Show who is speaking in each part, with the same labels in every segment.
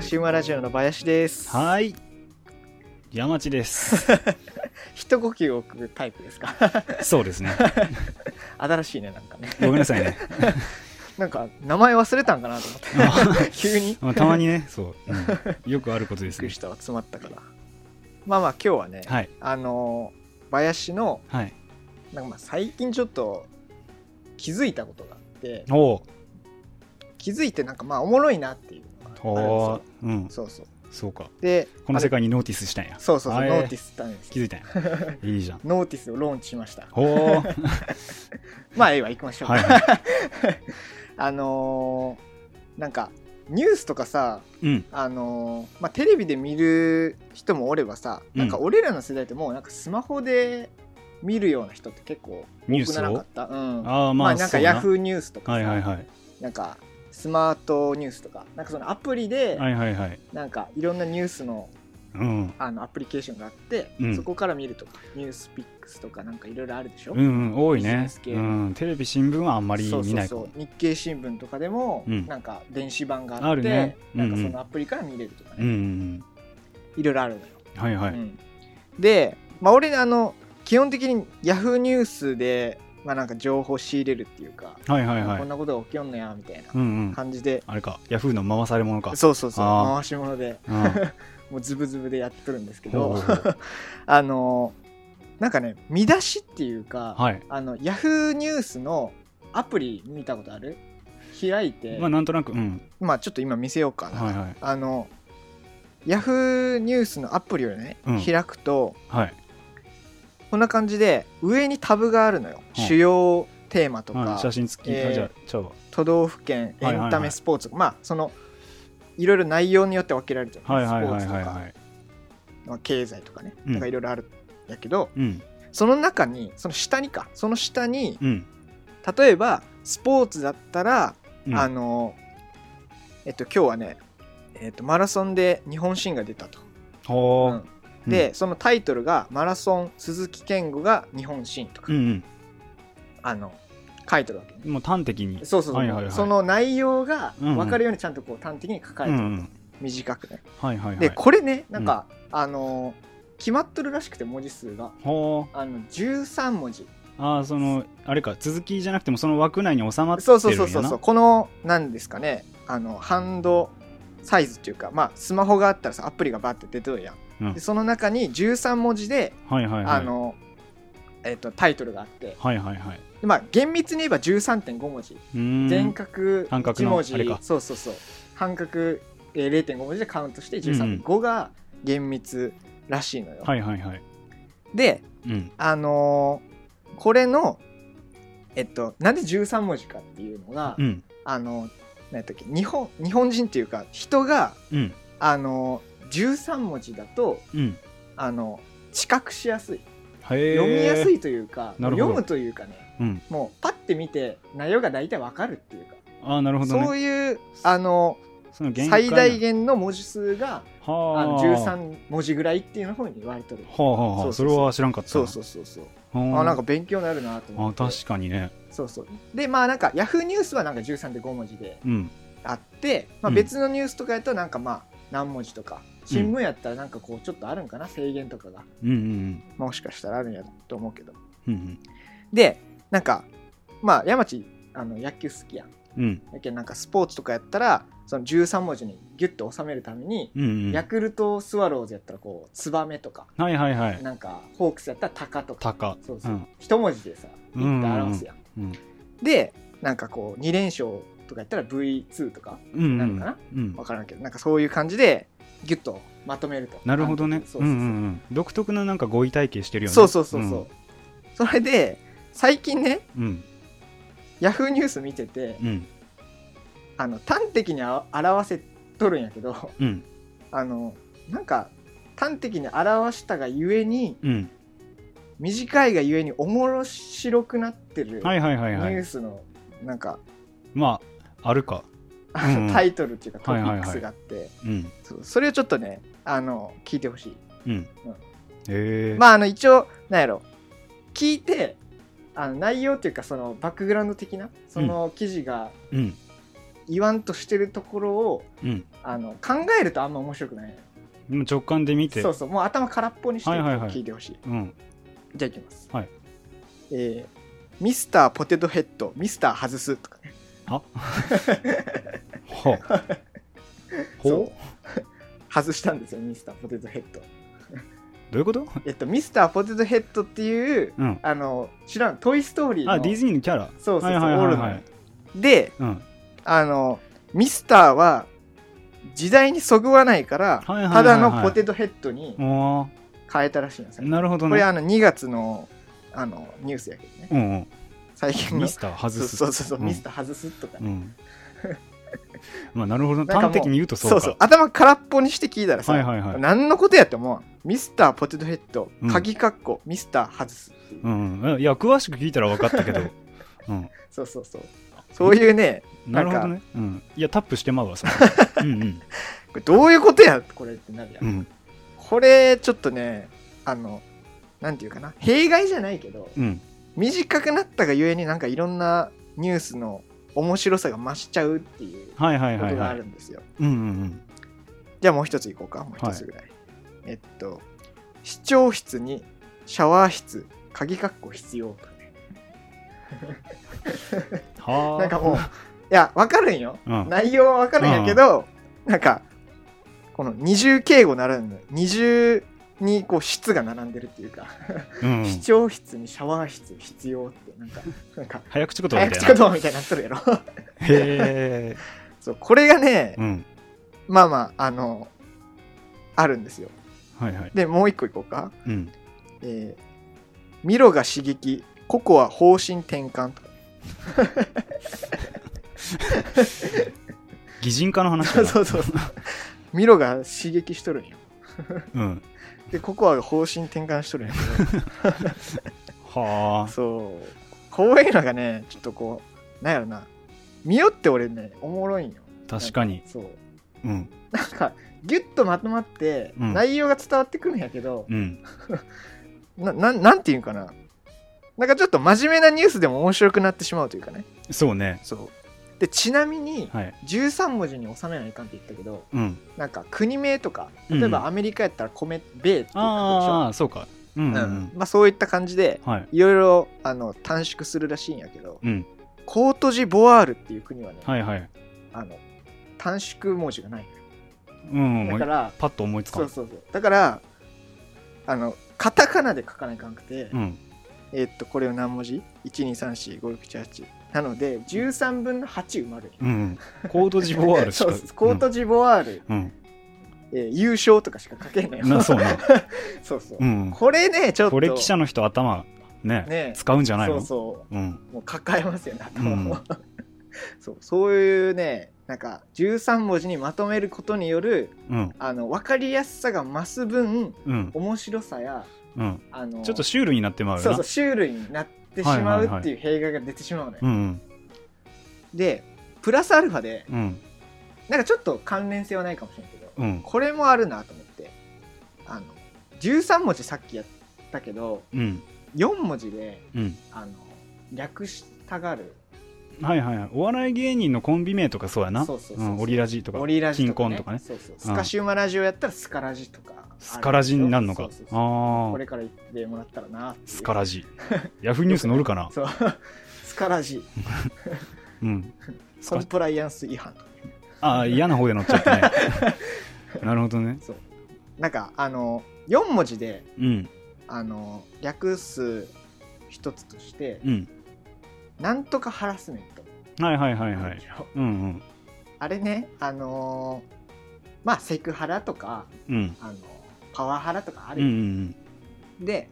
Speaker 1: シウマラジオの林です。
Speaker 2: はーい。山地です。
Speaker 1: 一呼吸置くタイプですか
Speaker 2: そうですね。
Speaker 1: 新しいね、なんかね。
Speaker 2: ごめんなさいね。
Speaker 1: なんか、名前忘れたんかなと思って。 急に。
Speaker 2: まあたまにね、そう、うんよくあることで
Speaker 1: びっ
Speaker 2: す
Speaker 1: く
Speaker 2: ね
Speaker 1: り。したわ、詰まったから。まあまあ、今日はね、
Speaker 2: はい。
Speaker 1: あのー、林の、
Speaker 2: はい。
Speaker 1: なんかまあ最近ちょっと気づいたことがあって、
Speaker 2: おお。
Speaker 1: 気づいてなんかまあおもろいなっていうのがあるん
Speaker 2: お
Speaker 1: で
Speaker 2: ーうん
Speaker 1: す。よ。そうそう。
Speaker 2: そうか。
Speaker 1: で、
Speaker 2: この
Speaker 1: あ
Speaker 2: 世
Speaker 1: れ
Speaker 2: 界にノーティスしたんや。
Speaker 1: そうそうそう、
Speaker 2: あれ
Speaker 1: ノーティスしたんです
Speaker 2: 気づいたんや。いいじゃん。
Speaker 1: ノーティスをローンチしました。
Speaker 2: おお。はい
Speaker 1: まあ、ええわ、行きましょう。
Speaker 2: は
Speaker 1: あのーなんかニュースとかさ、
Speaker 2: い。 うん。
Speaker 1: あのーまあ、テレビで見る人もおればさ、
Speaker 2: うん
Speaker 1: なんか俺らの世代ってもうなんかスマホで見るような人って結構
Speaker 2: ニ
Speaker 1: 多
Speaker 2: ュー
Speaker 1: く
Speaker 2: ス
Speaker 1: ならなか
Speaker 2: を
Speaker 1: っ。た、うんまあ
Speaker 2: ああ、まあ、
Speaker 1: なん
Speaker 2: そ
Speaker 1: か
Speaker 2: うな
Speaker 1: ヤフーニュースとか
Speaker 2: は
Speaker 1: さ、
Speaker 2: いはいはい。
Speaker 1: なんかスマートニュースとかなんかそのアプリで
Speaker 2: はいはいはい。
Speaker 1: なんかいろんなニュースの
Speaker 2: うん。
Speaker 1: あのアプリケーションがあって、
Speaker 2: うん
Speaker 1: そこから見るとかニュースピックスとかなんかいろいろあるでしょ、
Speaker 2: うんうん、多い
Speaker 1: ビジネ
Speaker 2: ね
Speaker 1: ス。系
Speaker 2: うん。テレビ、新聞はあんまり見ないか
Speaker 1: そう
Speaker 2: も
Speaker 1: そう。そう日経新聞とかでも、
Speaker 2: うん
Speaker 1: なんか電子版があって
Speaker 2: あるね
Speaker 1: なんか
Speaker 2: うん
Speaker 1: そ
Speaker 2: うん
Speaker 1: のアプリから見れるとか
Speaker 2: うんう
Speaker 1: ね、
Speaker 2: ん
Speaker 1: いろいろあるのよ、
Speaker 2: うん。はいは
Speaker 1: う
Speaker 2: い。
Speaker 1: んで、まあ、俺あの基本的にヤフーニュースで、まあ、なんか情報仕入れるっていうか、
Speaker 2: はいはいは
Speaker 1: こん
Speaker 2: い。
Speaker 1: なことが起きよんのやみたい
Speaker 2: うんうん
Speaker 1: な。感じで、
Speaker 2: あれか。ヤフーの回され者か。
Speaker 1: そうそうそう
Speaker 2: あー
Speaker 1: 回し物で
Speaker 2: うん。
Speaker 1: もうズブズブでやっとるんですけ
Speaker 2: ほう
Speaker 1: ど
Speaker 2: ほうほう
Speaker 1: あのなんかね見出しっていうか、
Speaker 2: はい。
Speaker 1: あのヤフーニュースのアプリ見たことある開いて、
Speaker 2: まあ、なんとなく、うん。
Speaker 1: まあちょっと今見せようかな、
Speaker 2: はいはい
Speaker 1: あのヤフーニュースのアプリをね、
Speaker 2: うん
Speaker 1: 開くと
Speaker 2: はい。
Speaker 1: こんな感じで上にタブがあるのよ、
Speaker 2: うん
Speaker 1: 主要テーマとか、
Speaker 2: はい、写真付き、
Speaker 1: えー
Speaker 2: あじゃあちゃうわ
Speaker 1: 都道府県エ
Speaker 2: はいはいはい
Speaker 1: ンタメスポーツ、まあそのいろいろ内容によって分けられてる、
Speaker 2: はいはいはい
Speaker 1: スポ
Speaker 2: は
Speaker 1: ー
Speaker 2: い
Speaker 1: ツと
Speaker 2: は
Speaker 1: か、
Speaker 2: い
Speaker 1: まあ経済とかね、
Speaker 2: うん
Speaker 1: なんかいろいろあるんだけど
Speaker 2: うん
Speaker 1: その中にその下にかその下に
Speaker 2: うん
Speaker 1: 例えばスポーツだったら、
Speaker 2: うん
Speaker 1: あのえっと今日はね、えっと、マラソンで日本新が出たと。
Speaker 2: ほ
Speaker 1: うん
Speaker 2: ー
Speaker 1: で、そのタイトルが「マラソン鈴木健吾が日本新」とか、
Speaker 2: うんうん
Speaker 1: あの書いてるわけね、
Speaker 2: うんもう端的に
Speaker 1: そうそうそう、
Speaker 2: はいはいはい
Speaker 1: その内容が
Speaker 2: うんうん
Speaker 1: 分かるようにちゃんとこう端的に書か
Speaker 2: う
Speaker 1: れ
Speaker 2: ん
Speaker 1: て
Speaker 2: う
Speaker 1: る、
Speaker 2: ん
Speaker 1: 短くね
Speaker 2: はいはいは
Speaker 1: で
Speaker 2: い
Speaker 1: これねなんか、あの決まっとるらしくて文字数が
Speaker 2: ほー
Speaker 1: あの13文字
Speaker 2: あーそのあれか続きじゃなくてもその枠内に収まってるん
Speaker 1: そう
Speaker 2: やな
Speaker 1: そうそうそうそうこのなんですかねあのハンドサイズっていうかまあスマホがあったらさアプリがバーって出てるやん、
Speaker 2: うん
Speaker 1: でその中に13文字で、
Speaker 2: はいはいはい
Speaker 1: あのえっとタイトルがあって
Speaker 2: はいはいはい
Speaker 1: でまあ厳密に言えば13.5文字
Speaker 2: うーん
Speaker 1: 全角
Speaker 2: 半角
Speaker 1: 1
Speaker 2: の
Speaker 1: 文字
Speaker 2: あれか
Speaker 1: そうそうそう半角えー0.5文字でカウントして13.5が厳密らしいのよ、
Speaker 2: はいはいはい
Speaker 1: で
Speaker 2: うん
Speaker 1: あのーこれのえっとなんで13文字かっていうのが、
Speaker 2: うん
Speaker 1: あのー何やったっけ日本日本人っていうか人が
Speaker 2: うん
Speaker 1: あのー13文字だと
Speaker 2: うん
Speaker 1: あのー知覚しやすい
Speaker 2: へえ
Speaker 1: 読みやすいというか、
Speaker 2: なるほど
Speaker 1: 読むというかね
Speaker 2: うん
Speaker 1: もうパッて見て内容が大体わかるっていうか
Speaker 2: ああなるほど
Speaker 1: そ
Speaker 2: ね
Speaker 1: ういうあの
Speaker 2: その限界
Speaker 1: 最大限の文字数があ
Speaker 2: は
Speaker 1: の
Speaker 2: あ
Speaker 1: 13文字ぐらいっていうの方に言われてる
Speaker 2: はあはあは
Speaker 1: そう
Speaker 2: あ
Speaker 1: そ
Speaker 2: そう
Speaker 1: そう
Speaker 2: れは知らんかった
Speaker 1: そうそううそうそう
Speaker 2: あ
Speaker 1: あなん
Speaker 2: か
Speaker 1: か勉強になるなと思
Speaker 2: あ
Speaker 1: って
Speaker 2: 確かにね
Speaker 1: そうそうでまあなんか Yahoo ニュースはなんか13.5文字で
Speaker 2: うん
Speaker 1: あって、まあ、
Speaker 2: うん
Speaker 1: 別のニュースとかやとなんかまあ何文字とか新聞やったらなんかこうちょっとあるんかな制限とかが
Speaker 2: うんうん
Speaker 1: もしかしたらあるんやと思うけど
Speaker 2: うんうん
Speaker 1: でなんかまあ山地あの野球好きやん
Speaker 2: うん
Speaker 1: やけんなんかスポーツとかやったらその13文字にギュッと収めるために、
Speaker 2: うんうん
Speaker 1: ヤクルトスワローズやったらこうツバメとか
Speaker 2: はいはいはい
Speaker 1: なんかホークスやったらタカとか
Speaker 2: タカ
Speaker 1: そうそう、
Speaker 2: うん
Speaker 1: 一文字でさ
Speaker 2: う
Speaker 1: 言
Speaker 2: ん
Speaker 1: って表すやん、
Speaker 2: うん
Speaker 1: でなんかこう2連勝とかやったら V2 とか
Speaker 2: うん
Speaker 1: なのかな
Speaker 2: うん
Speaker 1: 分からんけどなんかそういう感じでギュッとまとめると
Speaker 2: なるほどね
Speaker 1: そううん
Speaker 2: う
Speaker 1: そ
Speaker 2: ん
Speaker 1: うそう,、
Speaker 2: うん独特ななんか語彙体系してるよね
Speaker 1: そうそうそうそうそれで最近ね
Speaker 2: うん
Speaker 1: ヤフーニュース見てて、
Speaker 2: うん
Speaker 1: あの端的にあ表せとるんやけど
Speaker 2: うん
Speaker 1: あのなんか端的に表したがゆえに
Speaker 2: うん
Speaker 1: 短いがゆえにおもろしろくなってる
Speaker 2: はいはいは
Speaker 1: ニ
Speaker 2: い
Speaker 1: ュ
Speaker 2: は
Speaker 1: ー
Speaker 2: い
Speaker 1: スのなんか
Speaker 2: まああるか
Speaker 1: あの
Speaker 2: う ん
Speaker 1: タイトルっていうかトピ
Speaker 2: はいはいはい
Speaker 1: ックスがあって
Speaker 2: うん
Speaker 1: そうそれをちょっとねあの聞いてほしい
Speaker 2: うんへえ
Speaker 1: まああの一応なんやろ聞いてあの内容っていうかそのバックグラウンド的なその記事が
Speaker 2: うん
Speaker 1: 言わんとしてるところを
Speaker 2: うん
Speaker 1: あの考えるとあんま面白くない
Speaker 2: でも直感で見て
Speaker 1: そうそうもう頭空っぽにして
Speaker 2: はいはいはい
Speaker 1: 聞いてほしい,、
Speaker 2: うん
Speaker 1: じゃあいきます、
Speaker 2: はい
Speaker 1: えーミスターポテトヘッドミスター外す」とかね
Speaker 2: あほ うほう
Speaker 1: そう 外したんですよミスターポテトヘッド
Speaker 2: どういうこと
Speaker 1: えっとミスターポテトヘッドっていう
Speaker 2: うん
Speaker 1: あの知らん「トイ・ストーリーの」
Speaker 2: あディズニーのキャラ
Speaker 1: そうそうそう、
Speaker 2: はいはいはい
Speaker 1: オー
Speaker 2: は
Speaker 1: ル
Speaker 2: い
Speaker 1: ドで
Speaker 2: うん
Speaker 1: あのミスターは時代にそぐわないから、
Speaker 2: はいはいはいはい
Speaker 1: ただのポテトヘッドに
Speaker 2: おー
Speaker 1: 変えたらしいんですよ、
Speaker 2: なるほど
Speaker 1: これ
Speaker 2: ね
Speaker 1: あの2月のあのニュースやけどね
Speaker 2: うん うん
Speaker 1: 最近の
Speaker 2: ミスター外す
Speaker 1: そうそうそう、
Speaker 2: ん
Speaker 1: ミスター外すとかね、
Speaker 2: うん まあなるほど
Speaker 1: かもう
Speaker 2: 端的に言うとそう
Speaker 1: そ
Speaker 2: か
Speaker 1: うそう頭空っぽにして聞いたらさ、
Speaker 2: はいはいはい
Speaker 1: 何のことやって思わんミスターポテトヘッド
Speaker 2: うん
Speaker 1: 鍵括弧ミスター外すっていう、
Speaker 2: うんうんいや詳しく聞いたら分かった けどうん
Speaker 1: そうそうそうそういうね
Speaker 2: なるほどねうんいやタップしてまうわ それうんうん
Speaker 1: これどういうことやこれってなるやん、
Speaker 2: うん
Speaker 1: これちょっとねあのなんていうかな弊害じゃないけど
Speaker 2: うん
Speaker 1: 短くなったがゆえになんかいろんなニュースの面白さが増しちゃうっていうこ
Speaker 2: はいはいはい
Speaker 1: とが
Speaker 2: は
Speaker 1: あ
Speaker 2: い
Speaker 1: るんですよ、
Speaker 2: うんうん
Speaker 1: じゃあもう一ついこうかもう一つぐらい、えっと視聴室にシャワー室鍵括弧必要とかね
Speaker 2: うんはあ
Speaker 1: なんかもういやわかるんよ
Speaker 2: うん
Speaker 1: 内容はわかるんやけど、なんかこの二重敬語ならぬ二重にこう室が並んでるっていうか、
Speaker 2: うん
Speaker 1: 視聴室にシャワー室必要って なんかなんか
Speaker 2: 早口言葉
Speaker 1: 早
Speaker 2: み
Speaker 1: 口
Speaker 2: た
Speaker 1: 言
Speaker 2: いな
Speaker 1: 葉みたいになっとる やろ
Speaker 2: へえ
Speaker 1: そうこれがね、
Speaker 2: うん
Speaker 1: まあまああのあるんですよ
Speaker 2: はいはい
Speaker 1: でもう一個いこうか
Speaker 2: うん
Speaker 1: えーミロが刺激ココは方針転換 とか
Speaker 2: 擬人化の話
Speaker 1: そ
Speaker 2: だ
Speaker 1: う
Speaker 2: な
Speaker 1: そうそうミロが刺激しとるんよ
Speaker 2: うん
Speaker 1: でココアが方針転換しとるんやけ
Speaker 2: は
Speaker 1: ど
Speaker 2: あ
Speaker 1: そうこういうのがねちょっとこうなんやろな見よって俺ねおもろいんよ
Speaker 2: 確かに
Speaker 1: そう
Speaker 2: うん
Speaker 1: なんかギュッとまとまって、
Speaker 2: うん
Speaker 1: 内容が伝わってくるんやけど、
Speaker 2: うん
Speaker 1: ななんなんていうんかななんかちょっと真面目なニュースでも面白くなってしまうというかね
Speaker 2: そうね
Speaker 1: そうでちなみに
Speaker 2: はい
Speaker 1: 13文字に収めないかんって言ったけど
Speaker 2: うん
Speaker 1: なんか国名とか
Speaker 2: うん
Speaker 1: 例えばアメリカやったら米、米っていう
Speaker 2: あ
Speaker 1: 感
Speaker 2: あそうかうん
Speaker 1: じでしょ、
Speaker 2: う
Speaker 1: うんんまあ、そういった感じで
Speaker 2: うんはい
Speaker 1: いろいろあの短縮するらしいんやけど
Speaker 2: うん
Speaker 1: コートジボワールっていう国はね、
Speaker 2: はいはい
Speaker 1: あの短縮文字がない
Speaker 2: うん
Speaker 1: だから
Speaker 2: パッと思いつか
Speaker 1: そうんそうそうだからあのカタカナで書かないかんくて、
Speaker 2: うん
Speaker 1: えーっとこれを何文字 ?1234567 なので13分の8埋まるんよ
Speaker 2: うんうんコードジボワール し
Speaker 1: そ
Speaker 2: か
Speaker 1: うそうコートジボワール、
Speaker 2: うん
Speaker 1: えー優勝とかしか書けんの
Speaker 2: う
Speaker 1: よ
Speaker 2: んなそうな
Speaker 1: そうそう、
Speaker 2: うん
Speaker 1: これね ちょっと
Speaker 2: これ記者の人頭ね
Speaker 1: ね
Speaker 2: 使うんじゃない
Speaker 1: そう
Speaker 2: の
Speaker 1: そう
Speaker 2: うん
Speaker 1: もう抱えますよね頭を、
Speaker 2: うん
Speaker 1: そうそういうねなんか13文字にまとめることによる
Speaker 2: うん
Speaker 1: あの分かりやすさが増す分
Speaker 2: うん
Speaker 1: 面白さや
Speaker 2: うん
Speaker 1: あの
Speaker 2: ちょっとシュールになってまう
Speaker 1: そ
Speaker 2: よ
Speaker 1: う
Speaker 2: な
Speaker 1: そうシュールになってしま
Speaker 2: は
Speaker 1: う
Speaker 2: いはいはい
Speaker 1: っていう弊害が出てしまうのよ、
Speaker 2: うん
Speaker 1: でプラスアルファで
Speaker 2: うんうん
Speaker 1: なんかちょっと関連性はないかもしれないけど
Speaker 2: うん
Speaker 1: これもあるなと思ってあの13文字さっきやったけど
Speaker 2: うん
Speaker 1: 4文字で
Speaker 2: うん
Speaker 1: あの略したがる
Speaker 2: はいはいはいお笑い芸人のコンビ名とかそうやな
Speaker 1: そうそうそうそう
Speaker 2: うんオリラジとか
Speaker 1: オリラジとか、ね、
Speaker 2: 金婚とかね
Speaker 1: そうそう
Speaker 2: うん
Speaker 1: スカシウマラジオやったらスカラジとか
Speaker 2: スカラジになるの
Speaker 1: そう
Speaker 2: か
Speaker 1: そうそう
Speaker 2: あ
Speaker 1: こ
Speaker 2: あ
Speaker 1: れから言ってもらったらなっていう
Speaker 2: スカラジヤフーニュース載るかな
Speaker 1: そうスカラジ
Speaker 2: うんス
Speaker 1: コ
Speaker 2: カ
Speaker 1: ンプライアンス違反とかね
Speaker 2: ああ嫌な方で載っち ゃったねなるほどね
Speaker 1: なんかあの4文字で
Speaker 2: うん
Speaker 1: あの略す一つとして、
Speaker 2: うん
Speaker 1: なんとかハラスメント
Speaker 2: はいはいはいはいうんうん
Speaker 1: あれねあのーまあセクハラとか
Speaker 2: うん
Speaker 1: あのパワハラとかあ
Speaker 2: う
Speaker 1: る
Speaker 2: んう
Speaker 1: よ、
Speaker 2: ん
Speaker 1: で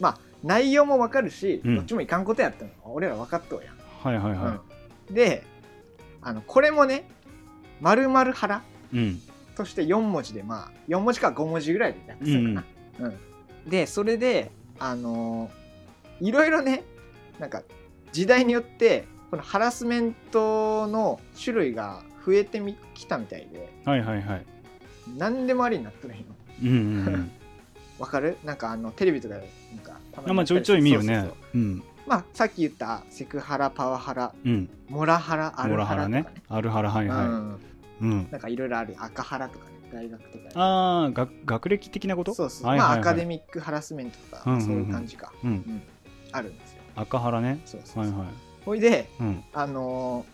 Speaker 1: まあ内容もわかるし、
Speaker 2: うん
Speaker 1: どっちもいかんことやったの俺ら分かっとうやん
Speaker 2: はいはいは
Speaker 1: うんであのこれもね「まるまる腹
Speaker 2: いうん」
Speaker 1: として4文字でまあ4文字か5文字ぐらいで訳するかな、うんでそれであのーいろいろねなんか時代によってこのハラスメントの種類が増えてみきたみたいで
Speaker 2: はいはいはい
Speaker 1: 何でもありになってるんよ
Speaker 2: うんうんうん
Speaker 1: わかるなんかあのテレビとかでなんかたま
Speaker 2: あ
Speaker 1: に
Speaker 2: ま
Speaker 1: や
Speaker 2: あ
Speaker 1: った
Speaker 2: ちょ
Speaker 1: り
Speaker 2: いちょい見る
Speaker 1: そう
Speaker 2: ね
Speaker 1: そうそう
Speaker 2: うん
Speaker 1: まあ、さっき言ったセクハラパワハラ
Speaker 2: うん。
Speaker 1: モラハラア
Speaker 2: モ
Speaker 1: ル
Speaker 2: ラ
Speaker 1: ハラ
Speaker 2: ハラ
Speaker 1: とか
Speaker 2: ね
Speaker 1: ね。
Speaker 2: アルハラ、はいは
Speaker 1: う
Speaker 2: い。
Speaker 1: ん、
Speaker 2: うん。
Speaker 1: なんかいろいろある赤ハラとかね大学とかね
Speaker 2: ああ、が学歴的なこと
Speaker 1: そうそう、
Speaker 2: はい
Speaker 1: ま
Speaker 2: は
Speaker 1: あ
Speaker 2: い
Speaker 1: アカ
Speaker 2: は
Speaker 1: デ
Speaker 2: い。
Speaker 1: ミックハラスメントとか、
Speaker 2: うんうんうん
Speaker 1: そういう感じか
Speaker 2: うん。
Speaker 1: あるんですよ
Speaker 2: 赤ハラね。
Speaker 1: そうそうそう
Speaker 2: はいはい。
Speaker 1: ほいで
Speaker 2: うん。
Speaker 1: あの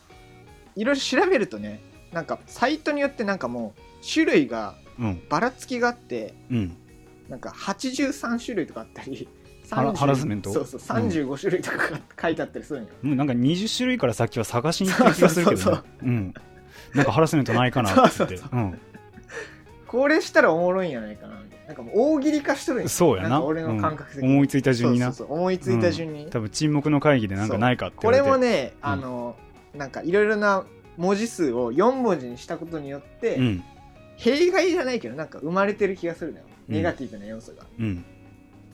Speaker 1: ーいろいろ調べるとねなんかサイトによってなんかもう種類が
Speaker 2: うん。
Speaker 1: ばらつきがあって
Speaker 2: うん。
Speaker 1: なんか83種類とかあったり
Speaker 2: ハラ
Speaker 1: 30
Speaker 2: ハラスメント
Speaker 1: そうそう35種類とかが書いてあったりするんよ、
Speaker 2: もうなんか20種類から先は探しに行った気がするけど
Speaker 1: そう
Speaker 2: ね
Speaker 1: そう。
Speaker 2: うん。なんかハラスメントないかなって言って。
Speaker 1: そう
Speaker 2: う
Speaker 1: これしたらおもろいんやないかなみたいななんかもう大喜利化しとるん
Speaker 2: ん。
Speaker 1: よ
Speaker 2: そうや
Speaker 1: なん
Speaker 2: な。
Speaker 1: か俺の感覚的
Speaker 2: う
Speaker 1: に
Speaker 2: ん思いついた順に
Speaker 1: そう
Speaker 2: な。
Speaker 1: そうそう思いついた順に、
Speaker 2: 多分沈黙の会議でなんかないかって言
Speaker 1: こ
Speaker 2: われ
Speaker 1: れ
Speaker 2: て。
Speaker 1: もね、
Speaker 2: うん
Speaker 1: あのなんかいろいろな文字数を4文字にしたことによって、
Speaker 2: うん。
Speaker 1: 弊害じゃないけどなんか生まれてる気がするのよ
Speaker 2: うん
Speaker 1: ネガティブな要素が、
Speaker 2: うん。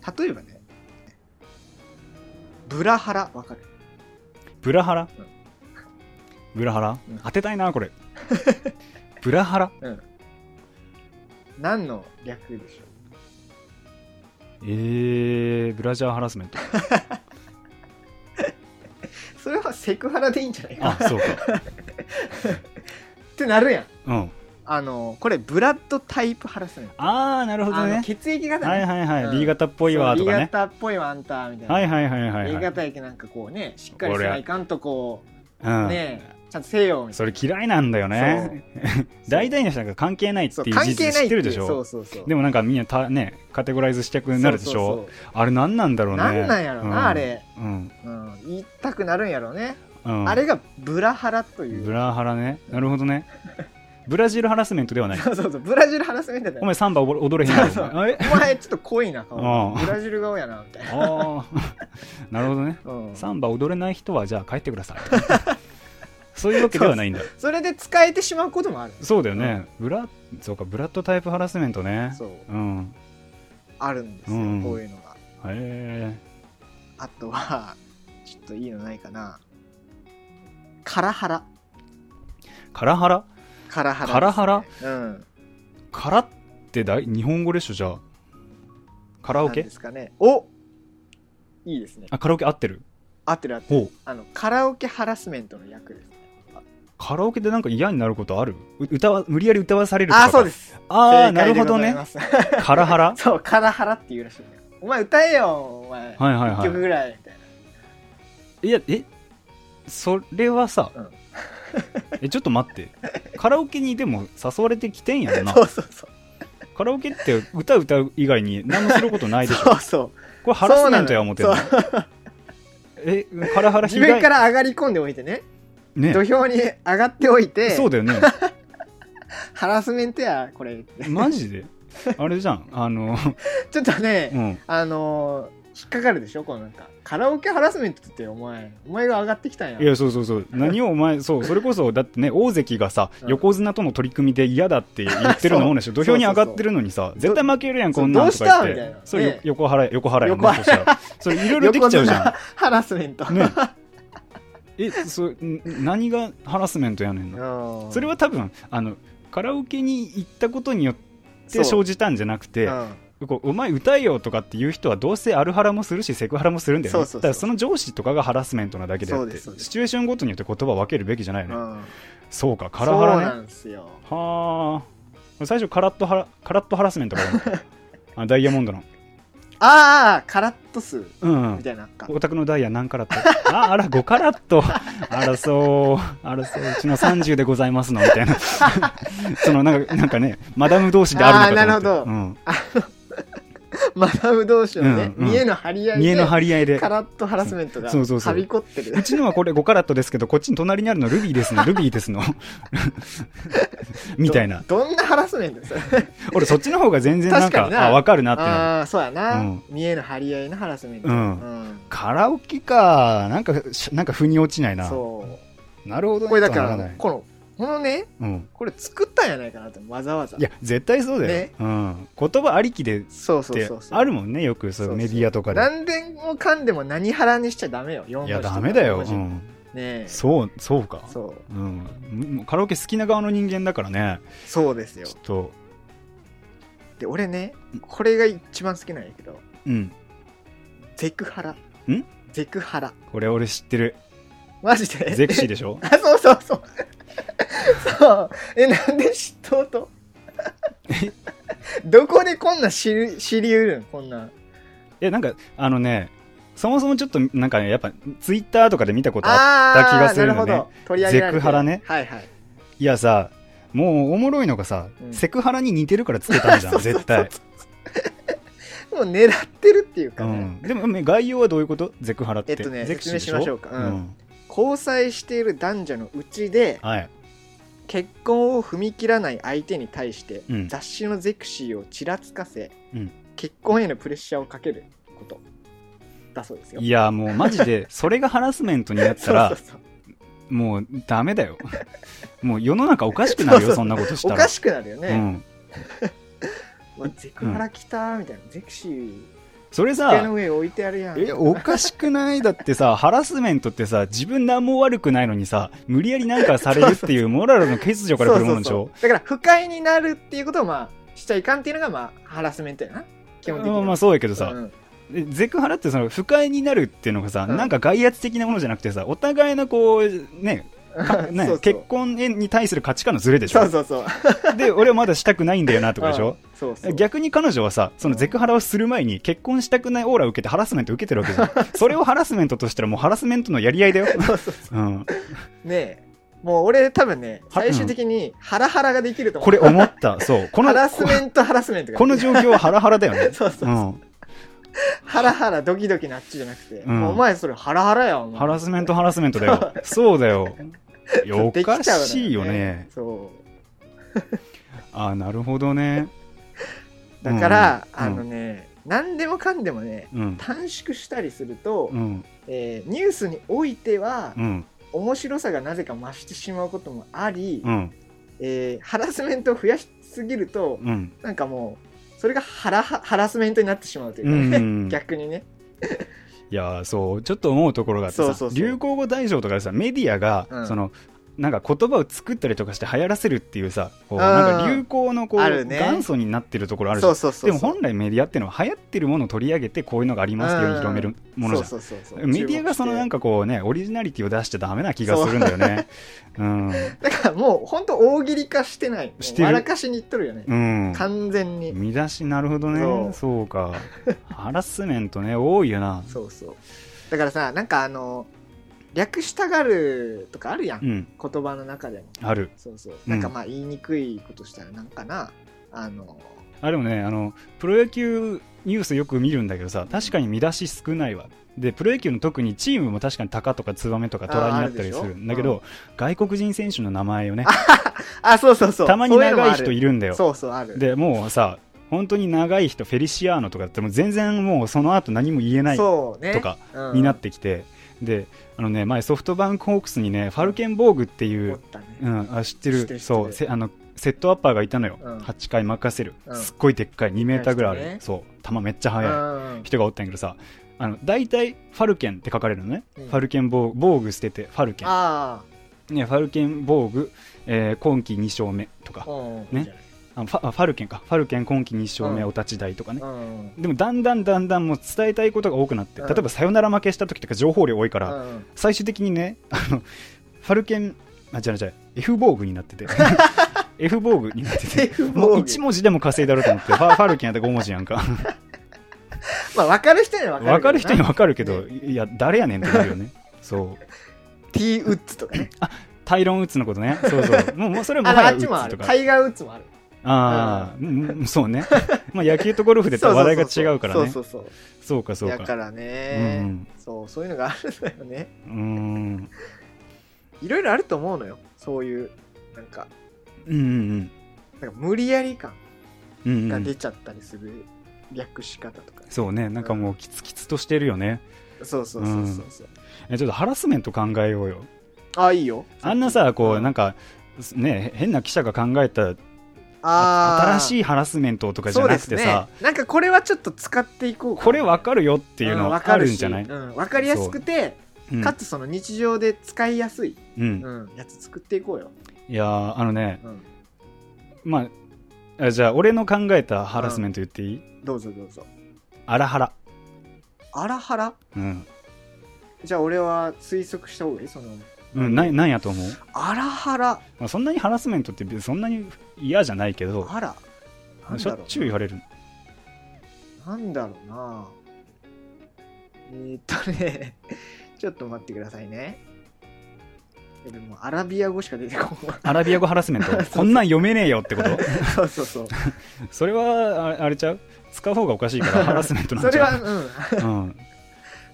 Speaker 1: 例えばねブラハラわかる
Speaker 2: ブラハラ
Speaker 1: うん
Speaker 2: ブラハラ
Speaker 1: うん
Speaker 2: 当てたいな、これ。 ブラハラ
Speaker 1: うん何の略でしょ
Speaker 2: えー、ブラジャーハラスメ ント。
Speaker 1: うそれはセクハラでいいんじゃないか
Speaker 2: あ、そうか。
Speaker 1: ってなるやん
Speaker 2: うん。
Speaker 1: あのこれブラッドタイプハラスメント
Speaker 2: あー、なるほど
Speaker 1: あの
Speaker 2: ね。
Speaker 1: 血液型
Speaker 2: はい
Speaker 1: ね
Speaker 2: はいはい。
Speaker 1: うん
Speaker 2: B 型っぽいわとか
Speaker 1: B
Speaker 2: ね。
Speaker 1: 型っぽいわあんたみたいな、
Speaker 2: はいはいはいはい
Speaker 1: A
Speaker 2: はい。
Speaker 1: 型やけなんかこうねしっかりしないかんとこ
Speaker 2: う。
Speaker 1: うんねちゃんとせよみたいな
Speaker 2: それ嫌いなんだよね。大体の人なんか関係ないって
Speaker 1: そ
Speaker 2: い
Speaker 1: う
Speaker 2: う事
Speaker 1: 関係
Speaker 2: 実
Speaker 1: ない
Speaker 2: 知
Speaker 1: っ
Speaker 2: って
Speaker 1: い
Speaker 2: て
Speaker 1: う
Speaker 2: るでしょ
Speaker 1: そうそうそう
Speaker 2: でもなんかみんなたねカテゴライズしたくなるでしょ
Speaker 1: そうそう
Speaker 2: あれ何なんだろ
Speaker 1: そうう
Speaker 2: ね
Speaker 1: なんなんやろな、
Speaker 2: うん
Speaker 1: あれ、
Speaker 2: うん、
Speaker 1: うん、言いたくなるんやろね、
Speaker 2: うん、
Speaker 1: あれがブラハラという
Speaker 2: ブラハラねなるほどねブラジルハラスメントではない
Speaker 1: そうそうそうブラジルハラスメントだ
Speaker 2: お
Speaker 1: よ
Speaker 2: 前サンバ踊踊れへんやろ
Speaker 1: そう
Speaker 2: お前え
Speaker 1: お前ちょっと濃いな顔
Speaker 2: うん
Speaker 1: ブラジル顔やなみたいな、
Speaker 2: あーなるほどね
Speaker 1: うん、
Speaker 2: サンバ踊れない人はじゃあ帰ってく ださいそういうわけではないんだ
Speaker 1: それで使えてしまうこともある
Speaker 2: そうだよね、ブラそうかブラッドタイプハラスメントね
Speaker 1: そう
Speaker 2: うん
Speaker 1: あるんですよ、
Speaker 2: うん
Speaker 1: こういうのが
Speaker 2: へ
Speaker 1: あとはちょっといいのないかなカラハラ
Speaker 2: えカラハラ
Speaker 1: カラハラ、
Speaker 2: カラハラ
Speaker 1: うん
Speaker 2: カラってだい日本語でしょじゃあカラオ
Speaker 1: なん
Speaker 2: ケ
Speaker 1: ですかねおいいですね
Speaker 2: あカラオケ合ってる
Speaker 1: 合ってる合ってる
Speaker 2: ほう
Speaker 1: あのカラオケハラスメントの役です
Speaker 2: カラオケでなんか嫌になることあるう歌わ無理やり歌わされると
Speaker 1: あ
Speaker 2: か
Speaker 1: あそうです
Speaker 2: ああ
Speaker 1: 正
Speaker 2: な
Speaker 1: 解
Speaker 2: る
Speaker 1: で
Speaker 2: ほど
Speaker 1: ござい
Speaker 2: ね
Speaker 1: ます
Speaker 2: カラハラ
Speaker 1: そう、カラハラって言うらしいんだよ。お前歌えよ、お前。
Speaker 2: はいはい
Speaker 1: 一曲
Speaker 2: は
Speaker 1: ぐらいみたい
Speaker 2: いいやえそれはさ、
Speaker 1: うん
Speaker 2: えちょっと待ってカラオケにでも誘われてきてんやろ
Speaker 1: な。
Speaker 2: な
Speaker 1: そうそうそう。
Speaker 2: カラオケって歌歌う以外に何もすることないでしょ
Speaker 1: そうそう。
Speaker 2: これハラスメントや思ってんの
Speaker 1: そう
Speaker 2: えカラハラ
Speaker 1: 自
Speaker 2: 被
Speaker 1: 分
Speaker 2: 害
Speaker 1: から上がり込んでおいてね、
Speaker 2: ね
Speaker 1: 土俵に上がっておいて、
Speaker 2: そうだよね
Speaker 1: ハラスメントや、これ。
Speaker 2: マジであれじゃんあの
Speaker 1: ちょっとね、
Speaker 2: うん
Speaker 1: あのー引っかかるでしょこのなんか、カラオケハラスメントってお前、お前が上がってきたんや。
Speaker 2: いやそうそうそう何をお前そうそれこそだってね大関がさ
Speaker 1: うん
Speaker 2: 横綱との取り組みで嫌だって言ってるのもんでしょ
Speaker 1: そう
Speaker 2: 土俵に上がってるのにさ絶対負けるやん
Speaker 1: そう
Speaker 2: こんなんとか言って
Speaker 1: どうしたみたいな
Speaker 2: そうよ
Speaker 1: ね
Speaker 2: 横腹横腹やん
Speaker 1: 横
Speaker 2: ね
Speaker 1: 腹
Speaker 2: そしたらそれいろいろできちゃうじ
Speaker 1: 横綱
Speaker 2: ゃ
Speaker 1: ハラスメント。
Speaker 2: んねえそん何がハラスメントやねんの
Speaker 1: うん
Speaker 2: それは多分あのカラオケに行ったことによって生じたんじゃなくて
Speaker 1: うん
Speaker 2: こうお前歌えよとかっていう人はどうせアルハラもするしセクハラもするんだよ
Speaker 1: そ
Speaker 2: ね
Speaker 1: うそうそう
Speaker 2: だからその上司とかがハラスメントなだけであ
Speaker 1: そ
Speaker 2: っ
Speaker 1: うで
Speaker 2: て
Speaker 1: すそうです
Speaker 2: シチュエーションごとによって言葉を分けるべきじゃないのよ、
Speaker 1: うん
Speaker 2: そうかカラハ
Speaker 1: そう
Speaker 2: ラ
Speaker 1: な
Speaker 2: ね
Speaker 1: んですよ。
Speaker 2: はあ最初カラッとハラカラッとハラスメントかと思った あダイヤモンドの
Speaker 1: ああ、カラッと数
Speaker 2: うん
Speaker 1: みたいな。なんか
Speaker 2: お宅のダイヤ何カラットああら5カラットあらそうあらそううちの30でございますのみたいな そのなんかなんかねマダム同士であるのかと思って
Speaker 1: あーマダム同士のね、
Speaker 2: うんうん
Speaker 1: 見栄の張り合
Speaker 2: う
Speaker 1: い
Speaker 2: ん、見栄の
Speaker 1: で
Speaker 2: 張り合いで
Speaker 1: カラッとハラスメントが
Speaker 2: そうそうそう
Speaker 1: はびこってる
Speaker 2: うちのはこれ5カラットですけど、こっちに隣にあるのルビーですの、ルビ ーですの。みたいな。
Speaker 1: どどんなハラスメントです
Speaker 2: 俺そっちの方が全然なんか、
Speaker 1: 確かにな
Speaker 2: あ、わかるなってなる。
Speaker 1: ああそうやな、
Speaker 2: うん
Speaker 1: 見栄の張り合いのハラスメント、
Speaker 2: うん
Speaker 1: うん
Speaker 2: カラオケか、なんか、しなんか腑に落ちないな。
Speaker 1: そ
Speaker 2: なるほど
Speaker 1: う
Speaker 2: ね
Speaker 1: これだか
Speaker 2: とは
Speaker 1: ら
Speaker 2: なない
Speaker 1: このこのね
Speaker 2: うん。
Speaker 1: これ作ったんやないかなってわざわざ
Speaker 2: いや、絶対そうだよ。
Speaker 1: ね
Speaker 2: うん。言葉ありきでっ
Speaker 1: そうそう
Speaker 2: て
Speaker 1: そうそう
Speaker 2: あるもんね、よくそういう
Speaker 1: そう
Speaker 2: メ
Speaker 1: そう
Speaker 2: ディアとかで。
Speaker 1: 何でもかんでも何ハラにしちゃダメよ4文
Speaker 2: い
Speaker 1: 字
Speaker 2: や、
Speaker 1: とか
Speaker 2: ダメだよ。
Speaker 1: 五文
Speaker 2: う
Speaker 1: 字ね
Speaker 2: ん。
Speaker 1: えそ
Speaker 2: そう、そうか。
Speaker 1: う
Speaker 2: うん。もうカラオケ好きな側の人間だからね、
Speaker 1: そうですよ
Speaker 2: ちょっと、
Speaker 1: で俺ねこれが一番好きなんやけど
Speaker 2: うん。
Speaker 1: ゼクハラ
Speaker 2: ん
Speaker 1: ゼクハラ。
Speaker 2: これ俺知ってる。
Speaker 1: マジで
Speaker 2: ゼクシーでしょ
Speaker 1: あ、そうそうそう。そう。え、なんで知っとうとどこでこんな知る知りうるんこんなん。
Speaker 2: え、なんか、あのね、そもそもちょっと、なんかね、やっぱ、ツイッターとかで見たことあっ
Speaker 1: あ
Speaker 2: 気
Speaker 1: ー
Speaker 2: がするのね
Speaker 1: なるほど。取り上げられてる
Speaker 2: ゼクハラね
Speaker 1: はいはい。
Speaker 2: いやさ、もうおもろいのがさ、
Speaker 1: うん
Speaker 2: セクハラに似てるからつけたんじゃ
Speaker 1: そ
Speaker 2: ん、
Speaker 1: うそうそう
Speaker 2: 絶対。
Speaker 1: もう狙ってるっていう
Speaker 2: う
Speaker 1: かね、
Speaker 2: ん。でも、ね概要はどういうことゼクハラって。
Speaker 1: えっとね
Speaker 2: ゼクシーで
Speaker 1: 説明しましょうかうん
Speaker 2: ん
Speaker 1: 交際している男女のうちで
Speaker 2: はい。
Speaker 1: 結婚を踏み切らない相手に対して、
Speaker 2: うん
Speaker 1: 雑誌のゼクシーをちらつかせ、
Speaker 2: うん
Speaker 1: 結婚へのプレッシャーをかけることだそうですよ。
Speaker 2: いや、もうマジ で、それがハラスメントになった
Speaker 1: そうそう
Speaker 2: ら、
Speaker 1: そう
Speaker 2: もうダメだよ。もう世の中おかしくな
Speaker 1: そ
Speaker 2: る
Speaker 1: うそ
Speaker 2: よ、
Speaker 1: う
Speaker 2: そんなことした
Speaker 1: お
Speaker 2: ら。
Speaker 1: かしくなるよね。
Speaker 2: うん。
Speaker 1: まあ、ゼクハラ来たみたいな、ゼクシー
Speaker 2: それ
Speaker 1: 机
Speaker 2: さ
Speaker 1: の、上置いてあるやん。
Speaker 2: え、おかしくないだってさ、ハラスメントってさ、自分何も悪くないのにさ、無理やりなんかされるっていうモラルの欠如から来るものでしょ
Speaker 1: そうそうそうだから不快になるっていうことをまあしちゃいかんっていうのがまあハラスメントやな基本的には、
Speaker 2: まあまあそうやけどさ、
Speaker 1: うん
Speaker 2: でゼクハラってその不快になるっていうのがさ、
Speaker 1: うん
Speaker 2: なんか外圧的なものじゃなくてさお互いのこうね か
Speaker 1: そ
Speaker 2: ね
Speaker 1: うそう
Speaker 2: 結婚に対する価値観のズレでしょ
Speaker 1: そうそうそう
Speaker 2: で俺はまだしたくないんだよなとかでしょ、
Speaker 1: うんそうそう
Speaker 2: 逆に彼女はさそのゼクハラをする前に結婚したくないオーラを受けてハラスメント受けてるわけじゃんそれをハラスメントとしたらもうハラスメントのやり合いだよ、
Speaker 1: そうそうそ
Speaker 2: うん、
Speaker 1: うねえもう俺多分ね
Speaker 2: は
Speaker 1: 最終的にハラハラができると思
Speaker 2: こ
Speaker 1: う、
Speaker 2: れ思ったそうこの
Speaker 1: ハラスメントハラスメントが
Speaker 2: この状況はハラハラだよね
Speaker 1: そうそう、
Speaker 2: うん、
Speaker 1: ハラハラドキドキなっちじゃなくて、
Speaker 2: うん
Speaker 1: もうお前それハラハラやお前
Speaker 2: ハラスメントハラスメントだよそうだよいやお
Speaker 1: できちゃ
Speaker 2: か
Speaker 1: うの
Speaker 2: しいよね
Speaker 1: そう
Speaker 2: ああなるほどね
Speaker 1: だから、
Speaker 2: うん
Speaker 1: あのね、何でもかんでもね
Speaker 2: うん
Speaker 1: 短縮したりすると、
Speaker 2: うん
Speaker 1: えーニュースにおいては、
Speaker 2: うん
Speaker 1: 面白さがなぜか増してしまうこともあり、
Speaker 2: うん
Speaker 1: えーハラスメントを増やしすぎると
Speaker 2: うん
Speaker 1: なんかもうそれがハラハハラスメントになってしまうというかね、
Speaker 2: うん
Speaker 1: 逆にね
Speaker 2: いやーそうちょっと思うところがあってさ
Speaker 1: そうそうそう
Speaker 2: 流行語大賞とかでさメディアが、
Speaker 1: うん
Speaker 2: そのなんか言葉を作ったりとかして流行らせるっていうさこう
Speaker 1: うん
Speaker 2: なんか流行のこう
Speaker 1: あるね
Speaker 2: 元祖になってるところあるじゃ
Speaker 1: そ
Speaker 2: ん
Speaker 1: うそうそう
Speaker 2: でも本来メディアってのは流行ってるものを取り上げてこういうのがありますよ
Speaker 1: うん
Speaker 2: 広めるものじゃん
Speaker 1: そうそうそうそう
Speaker 2: メディアがそのなん
Speaker 1: か
Speaker 2: かこうねオリジナリティを出しちゃダメな気がするんだよねうん
Speaker 1: だからもう本当大喜利化してない
Speaker 2: してる
Speaker 1: 笑かしにいっとるよね、
Speaker 2: うん
Speaker 1: 完全に、
Speaker 2: 見出しなるほどね
Speaker 1: そう
Speaker 2: そうかハラスメントね多いよな
Speaker 1: そうそうだからさなんかあの略したがるとかあるやん、
Speaker 2: うん
Speaker 1: 言葉の中でも
Speaker 2: ある
Speaker 1: そうそう
Speaker 2: うん
Speaker 1: なんかまあ言いにくいことしたらなんかなあの
Speaker 2: あでもねあのプロ野球ニュースよく見るんだけどさ確かに見出し少ないわでプロ野球の特にチームも確かにタカとかツバメとかトラになったりす
Speaker 1: あーあるで
Speaker 2: る
Speaker 1: しょ
Speaker 2: んだけど、外国人選手の名前をね
Speaker 1: あそうそうそう
Speaker 2: たまに
Speaker 1: そううのも
Speaker 2: 長い
Speaker 1: ある
Speaker 2: 人いるんだよ
Speaker 1: そうそうある
Speaker 2: でもうさ本当に長い人フェリシアーノとかってもう全然もうその後何も言えないと
Speaker 1: そうね
Speaker 2: か
Speaker 1: うん
Speaker 2: になってきて、であのね前ソフトバンクホークスにねファルケンボーグってい
Speaker 1: 思っ
Speaker 2: う、
Speaker 1: たね
Speaker 2: うん、あ知ってる
Speaker 1: 知ってる
Speaker 2: そう
Speaker 1: 知って
Speaker 2: せあのセットアッパーがいたのよ、
Speaker 1: うん
Speaker 2: 8回任せる、
Speaker 1: うん
Speaker 2: すっごいでっかい2メーターぐらいある、
Speaker 1: ね
Speaker 2: そう球めっちゃ
Speaker 1: う
Speaker 2: 速い、
Speaker 1: ん
Speaker 2: 人がおったんやけどさあの大体ファルケンって書かれるのね、
Speaker 1: うん
Speaker 2: ファルケンボーボーグ捨ててファルケン、
Speaker 1: あ
Speaker 2: ね、ファルケンボーグ、えー今季2勝目とか
Speaker 1: あ、うん
Speaker 2: ねあファあファルケンかファルケン今季2勝目
Speaker 1: うん
Speaker 2: お立ち台とかね、
Speaker 1: うん
Speaker 2: でもだんだんだんだんもう伝えたいことが多くなって、
Speaker 1: うん
Speaker 2: 例えばサヨナラ負けした時とか情報量多いか
Speaker 1: う
Speaker 2: ら、
Speaker 1: ん
Speaker 2: 最終的にねあのファルケンあ違う違う F ボーグになっ てて F ボーグになってて
Speaker 1: F ボーグ
Speaker 2: もう1文字でも稼いだろうと思ってファファルケンやったら5文字やんか
Speaker 1: まあ分かる人には分かる
Speaker 2: 分かる人には
Speaker 1: は
Speaker 2: 分かるけど、いや誰やねんってなるよねそう
Speaker 1: ティーウッズとかね
Speaker 2: タイロン・ウッズのことねそうそうもうもうそれは
Speaker 1: あ
Speaker 2: もは
Speaker 1: のあ
Speaker 2: や
Speaker 1: っ
Speaker 2: ウ
Speaker 1: ちも
Speaker 2: ッ
Speaker 1: あ
Speaker 2: ズ
Speaker 1: る
Speaker 2: とか
Speaker 1: タイガーウッズもある
Speaker 2: ああうんうんそうねまあ野球とゴルフで
Speaker 1: そうそう
Speaker 2: 話題が
Speaker 1: そうそう
Speaker 2: 違うからね
Speaker 1: そ
Speaker 2: そう
Speaker 1: うそう
Speaker 2: かそ
Speaker 1: そう
Speaker 2: う
Speaker 1: だ
Speaker 2: か
Speaker 1: からねそうそういうのがあるんだよね
Speaker 2: うーん
Speaker 1: いろいろあると思うのよそういうなんか
Speaker 2: うんうん
Speaker 1: なんか無理やり感
Speaker 2: うんうんう
Speaker 1: が出
Speaker 2: ん
Speaker 1: ちゃったりする略し方とかね
Speaker 2: そうねなんかもうキツキツとしてるよね
Speaker 1: そうそうそうそうそう
Speaker 2: えちょっとハラスメント考えようよ
Speaker 1: あいいよ
Speaker 2: あんなさこうなん
Speaker 1: か
Speaker 2: かね変な記者が考えた新しいハラスメントとかじゃなくてさ、
Speaker 1: ね、なんかこれはちょっと使っていこう
Speaker 2: これわ
Speaker 1: る
Speaker 2: かるよっていうの
Speaker 1: わ
Speaker 2: あるんじゃない
Speaker 1: かしうん、わかりやすくて、
Speaker 2: うん
Speaker 1: かつその日常で使いやすい、
Speaker 2: うん
Speaker 1: うん、やつ作っていこうよ、
Speaker 2: いやーあのね
Speaker 1: うん、
Speaker 2: まああじゃあ俺の考えたハラスメント言っていい、
Speaker 1: どうぞどうぞ
Speaker 2: アラハラ、
Speaker 1: あらはら
Speaker 2: うん、
Speaker 1: じゃあ俺は推測した方がいいその
Speaker 2: うん、ななんやと思う、
Speaker 1: あらはら
Speaker 2: まあ、そんなにハラスメントって別にそんなに嫌じゃないけど
Speaker 1: あらなん
Speaker 2: しょ
Speaker 1: だ
Speaker 2: っ
Speaker 1: ろ
Speaker 2: ちゅう言われる
Speaker 1: うなんだろうなえー、っとね ちょっと待ってくださいねいやでもアラビア語しか出てこない
Speaker 2: アラビア語ハラス メント
Speaker 1: そうそう
Speaker 2: こんなん読めねえよってこと
Speaker 1: そうそうそう
Speaker 2: それはあれあれちゃう使う方がおかしいからハラスメント な
Speaker 1: そ
Speaker 2: んち
Speaker 1: れは
Speaker 2: ゃう
Speaker 1: うん
Speaker 2: うん、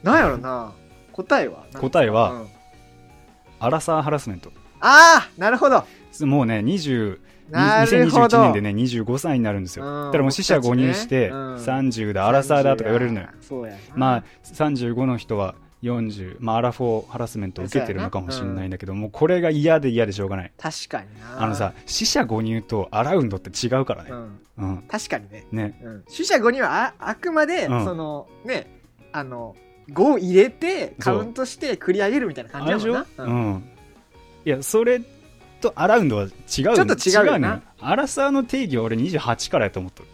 Speaker 1: なんやろな答えは
Speaker 2: 答えは
Speaker 1: うん
Speaker 2: アラサーハラスメント
Speaker 1: ああなるほど
Speaker 2: もうね20
Speaker 1: なるほ
Speaker 2: 2021
Speaker 1: ど
Speaker 2: 年でね25歳になるんですよ
Speaker 1: うん
Speaker 2: だからもう死者5人して
Speaker 1: 僕たちね
Speaker 2: 30だアラサーだとか言われるのよ
Speaker 1: そうやな
Speaker 2: まあ35の人は40、まあ、アラフォーハラスメントを受けてるのかもしれないんだけど、もうこれが嫌で嫌でしょうがない
Speaker 1: 確かにな
Speaker 2: あのさ死者誤入とアラウンドって違うからね
Speaker 1: う、ん
Speaker 2: うん
Speaker 1: 確かにね
Speaker 2: ね
Speaker 1: うん取捨5にはああくまで、
Speaker 2: うん
Speaker 1: そのねあの5を入れてカ
Speaker 2: そう
Speaker 1: ウントして繰り上げるみたいな感
Speaker 2: あれで
Speaker 1: じ
Speaker 2: し
Speaker 1: だ
Speaker 2: ょ
Speaker 1: もんな、
Speaker 2: う
Speaker 1: うん
Speaker 2: ん、いやそれとアラウンドは違うちょ
Speaker 1: ちょっと違うよな
Speaker 2: アラサーの定義は俺28からやと思っとる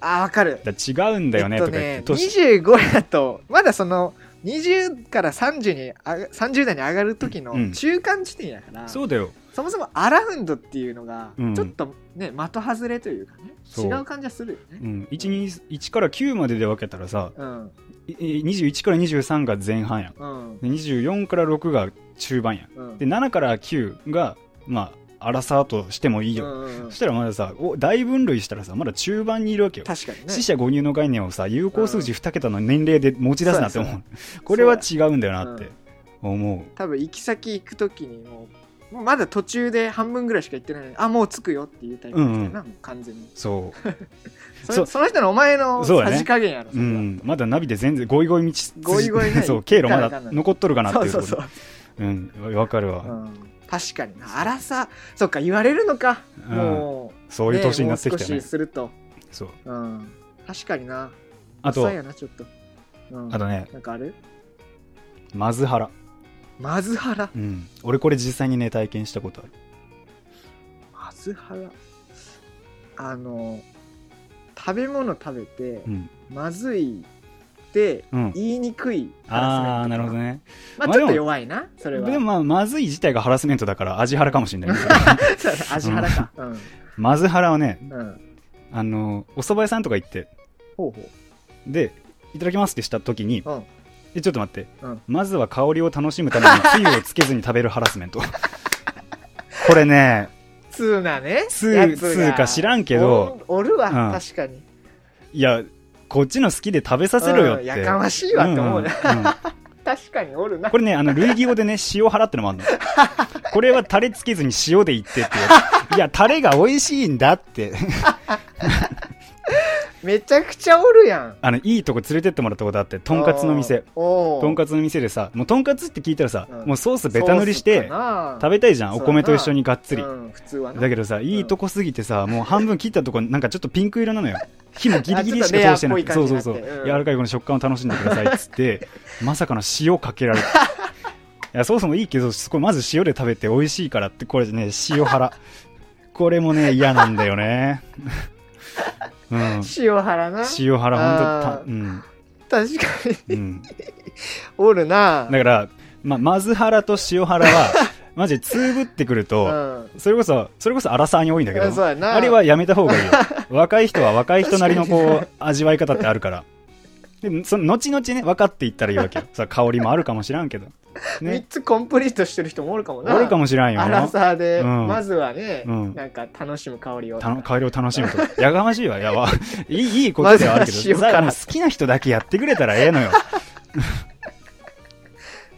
Speaker 1: あわかる
Speaker 2: だから違うんだよ
Speaker 1: え
Speaker 2: ね
Speaker 1: っ
Speaker 2: と
Speaker 1: と
Speaker 2: か言って、
Speaker 1: ね
Speaker 2: 年
Speaker 1: 25だとまだその20から30にあ30代に上がる時
Speaker 2: うん
Speaker 1: の中間地点やから、
Speaker 2: そうだよ
Speaker 1: そもそもアラウンドっていうのが
Speaker 2: うん
Speaker 1: ちょっとね、的外れというかね
Speaker 2: そう
Speaker 1: 違う感じはするよね
Speaker 2: うん、1, 1から9までで分けたらさ
Speaker 1: うん
Speaker 2: い21から23が前半やん
Speaker 1: うん
Speaker 2: で24から6が中盤やん
Speaker 1: うん
Speaker 2: で7から9がまあアラサーとしてもいいよ、
Speaker 1: うんうんうん
Speaker 2: そしたらまださお大分類したらさまだ中盤にいるわけよ、
Speaker 1: 確かにね
Speaker 2: 死者誤入の概念をさ有効数字2桁の年齢で持ち出すなって思う
Speaker 1: そう
Speaker 2: これは違うんだよなって
Speaker 1: うん
Speaker 2: 思
Speaker 1: 多分行き先行く時にもうもうまだ途中で半分ぐらいしか行ってないのにあもう着くよっていうタイプだったよな、もう完全に
Speaker 2: うそう
Speaker 1: そ
Speaker 2: そう
Speaker 1: れその人のお前の
Speaker 2: そうだね
Speaker 1: さじ加減やろそれ
Speaker 2: う
Speaker 1: は
Speaker 2: んまだナビで全然ゴイゴイ道筋
Speaker 1: ゴイゴイね
Speaker 2: そう経路
Speaker 1: 行
Speaker 2: ま
Speaker 1: かな
Speaker 2: だ
Speaker 1: い行かない
Speaker 2: 残っとるかなって
Speaker 1: そう
Speaker 2: いう
Speaker 1: そ
Speaker 2: と
Speaker 1: う
Speaker 2: こ
Speaker 1: そう
Speaker 2: ろ、うん、わかるわ、
Speaker 1: うん、確かにな荒さそっか言われるのか、
Speaker 2: うん
Speaker 1: もう
Speaker 2: そういう年になってき
Speaker 1: ね
Speaker 2: た
Speaker 1: もう
Speaker 2: ね
Speaker 1: 少しすると、
Speaker 2: そう
Speaker 1: うん、確かにな
Speaker 2: あと
Speaker 1: 浅いやなちょっと、うん、
Speaker 2: あとね
Speaker 1: なんかある
Speaker 2: マズハラ、
Speaker 1: マズハラ
Speaker 2: うん、俺これ実際にね体験したことある
Speaker 1: マズハラあの食べ物食べて、
Speaker 2: うん、
Speaker 1: まずいって
Speaker 2: うん、
Speaker 1: 言いにくいハラスメントか
Speaker 2: ああーなるほどね
Speaker 1: まあ
Speaker 2: まあ
Speaker 1: ちょっと
Speaker 2: でも
Speaker 1: 弱いな、それは。
Speaker 2: でも、まあまずい自体がハラスメントだから味ハラかもしれないけど
Speaker 1: そうだね味腹か。うん。
Speaker 2: マズハラはね
Speaker 1: うん。
Speaker 2: あのお蕎麦屋さんとか行って
Speaker 1: ほうほ
Speaker 2: でいただきますってした時に、
Speaker 1: うん
Speaker 2: えちょっと待って、
Speaker 1: うん
Speaker 2: まずは香りを楽しむためにつゆをつけずに食べるハラスメントこれね
Speaker 1: う。通なね。
Speaker 2: つ
Speaker 1: や
Speaker 2: ゆ
Speaker 1: つが
Speaker 2: つゆか知らんけど
Speaker 1: おん。おるわ、
Speaker 2: うん
Speaker 1: 確かに。
Speaker 2: いやこっちの好きで食べさせろよっ
Speaker 1: う
Speaker 2: て、
Speaker 1: んやかましいわって思うね。
Speaker 2: んんうん
Speaker 1: 確かにおるな
Speaker 2: こ。れねあの類義語でね塩払ってのもあるのこれはタレつけずに塩でいってってやついやタレが美味しいんだって
Speaker 1: めちゃくちゃおるやん。
Speaker 2: あのいいとこ連れてってもらったことあってとんかつの店
Speaker 1: おー。お
Speaker 2: とん
Speaker 1: か
Speaker 2: かつの店でさもうとんかつって聞いたらさ、
Speaker 1: うん
Speaker 2: もうソースベタ塗りして食べたいじゃん
Speaker 1: そう
Speaker 2: お
Speaker 1: だな
Speaker 2: 米と一緒にがっつり、
Speaker 1: うん、普通はな。
Speaker 2: だけどさいいとこすぎてさ、もう半分切ったとこなんかちょっとピンク色な のよ火もギリギリしか通してない
Speaker 1: あち
Speaker 2: そ
Speaker 1: ょっ
Speaker 2: う
Speaker 1: と
Speaker 2: そ
Speaker 1: レアっぽい
Speaker 2: うそう
Speaker 1: 感じになってうん
Speaker 2: 柔らかいこの食感を楽しんでくださいっつって まさかの塩かけられたいやそもそもいいけどこれまず塩で食べて美味しいからってこれね塩腹これもね嫌なんだ よねうん
Speaker 1: 塩原な。
Speaker 2: 塩腹
Speaker 1: あ
Speaker 2: ほんとたうん
Speaker 1: 確かに。
Speaker 2: うん
Speaker 1: おるな。
Speaker 2: だから、まあ、マズハラと塩原は、マジでつぶってくる
Speaker 1: う
Speaker 2: と、
Speaker 1: ん。
Speaker 2: それこそ、それこそ荒沢に多いんだけど、
Speaker 1: そうやな。
Speaker 2: あれはやめた方がいいよ。若い人は若い人なりのこう、味わい方ってあるから。で、その、後々ね、分かっていったらいいわけよ。さ、香りもあるかもしらんけど。
Speaker 1: 3
Speaker 2: ね。
Speaker 1: つコンプリートしてる人もおるかもな。
Speaker 2: あるかもしらんよ
Speaker 1: ア。ラサーで、
Speaker 2: うん
Speaker 1: まずはね、
Speaker 2: うん
Speaker 1: なんか楽しむ香りを。
Speaker 2: たの香りを楽しむと。やがましいわ、やば。いい、いいことではあるけど、
Speaker 1: まずは塩
Speaker 2: さ
Speaker 1: 辛
Speaker 2: もう好きな人だけやってくれたらええのよ。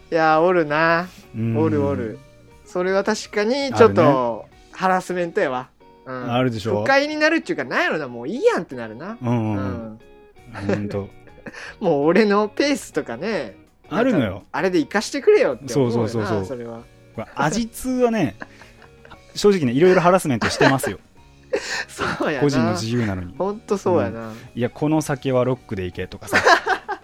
Speaker 1: いやー、おるな。
Speaker 2: うん
Speaker 1: おるおる。。それは確かに、ちょっと、ハラスメントやわ。うん、
Speaker 2: あるでしょ
Speaker 1: 不快になるっていうか、なんやろな、もういいやんってなるな。
Speaker 2: うん
Speaker 1: う
Speaker 2: うん
Speaker 1: ん。
Speaker 2: うん。ほんと。
Speaker 1: もう俺のペースとかね。
Speaker 2: あるの
Speaker 1: なん
Speaker 2: よ
Speaker 1: か。あれで生かしてくれよって思うよな。
Speaker 2: そうそうそうそう
Speaker 1: それは。
Speaker 2: これ味通はね正直ねいろいろハラスメントしてま すよ
Speaker 1: そうやな。
Speaker 2: 個人の自由なのに
Speaker 1: ほんとそうやな。
Speaker 2: いやこの酒はロックでいけとかさ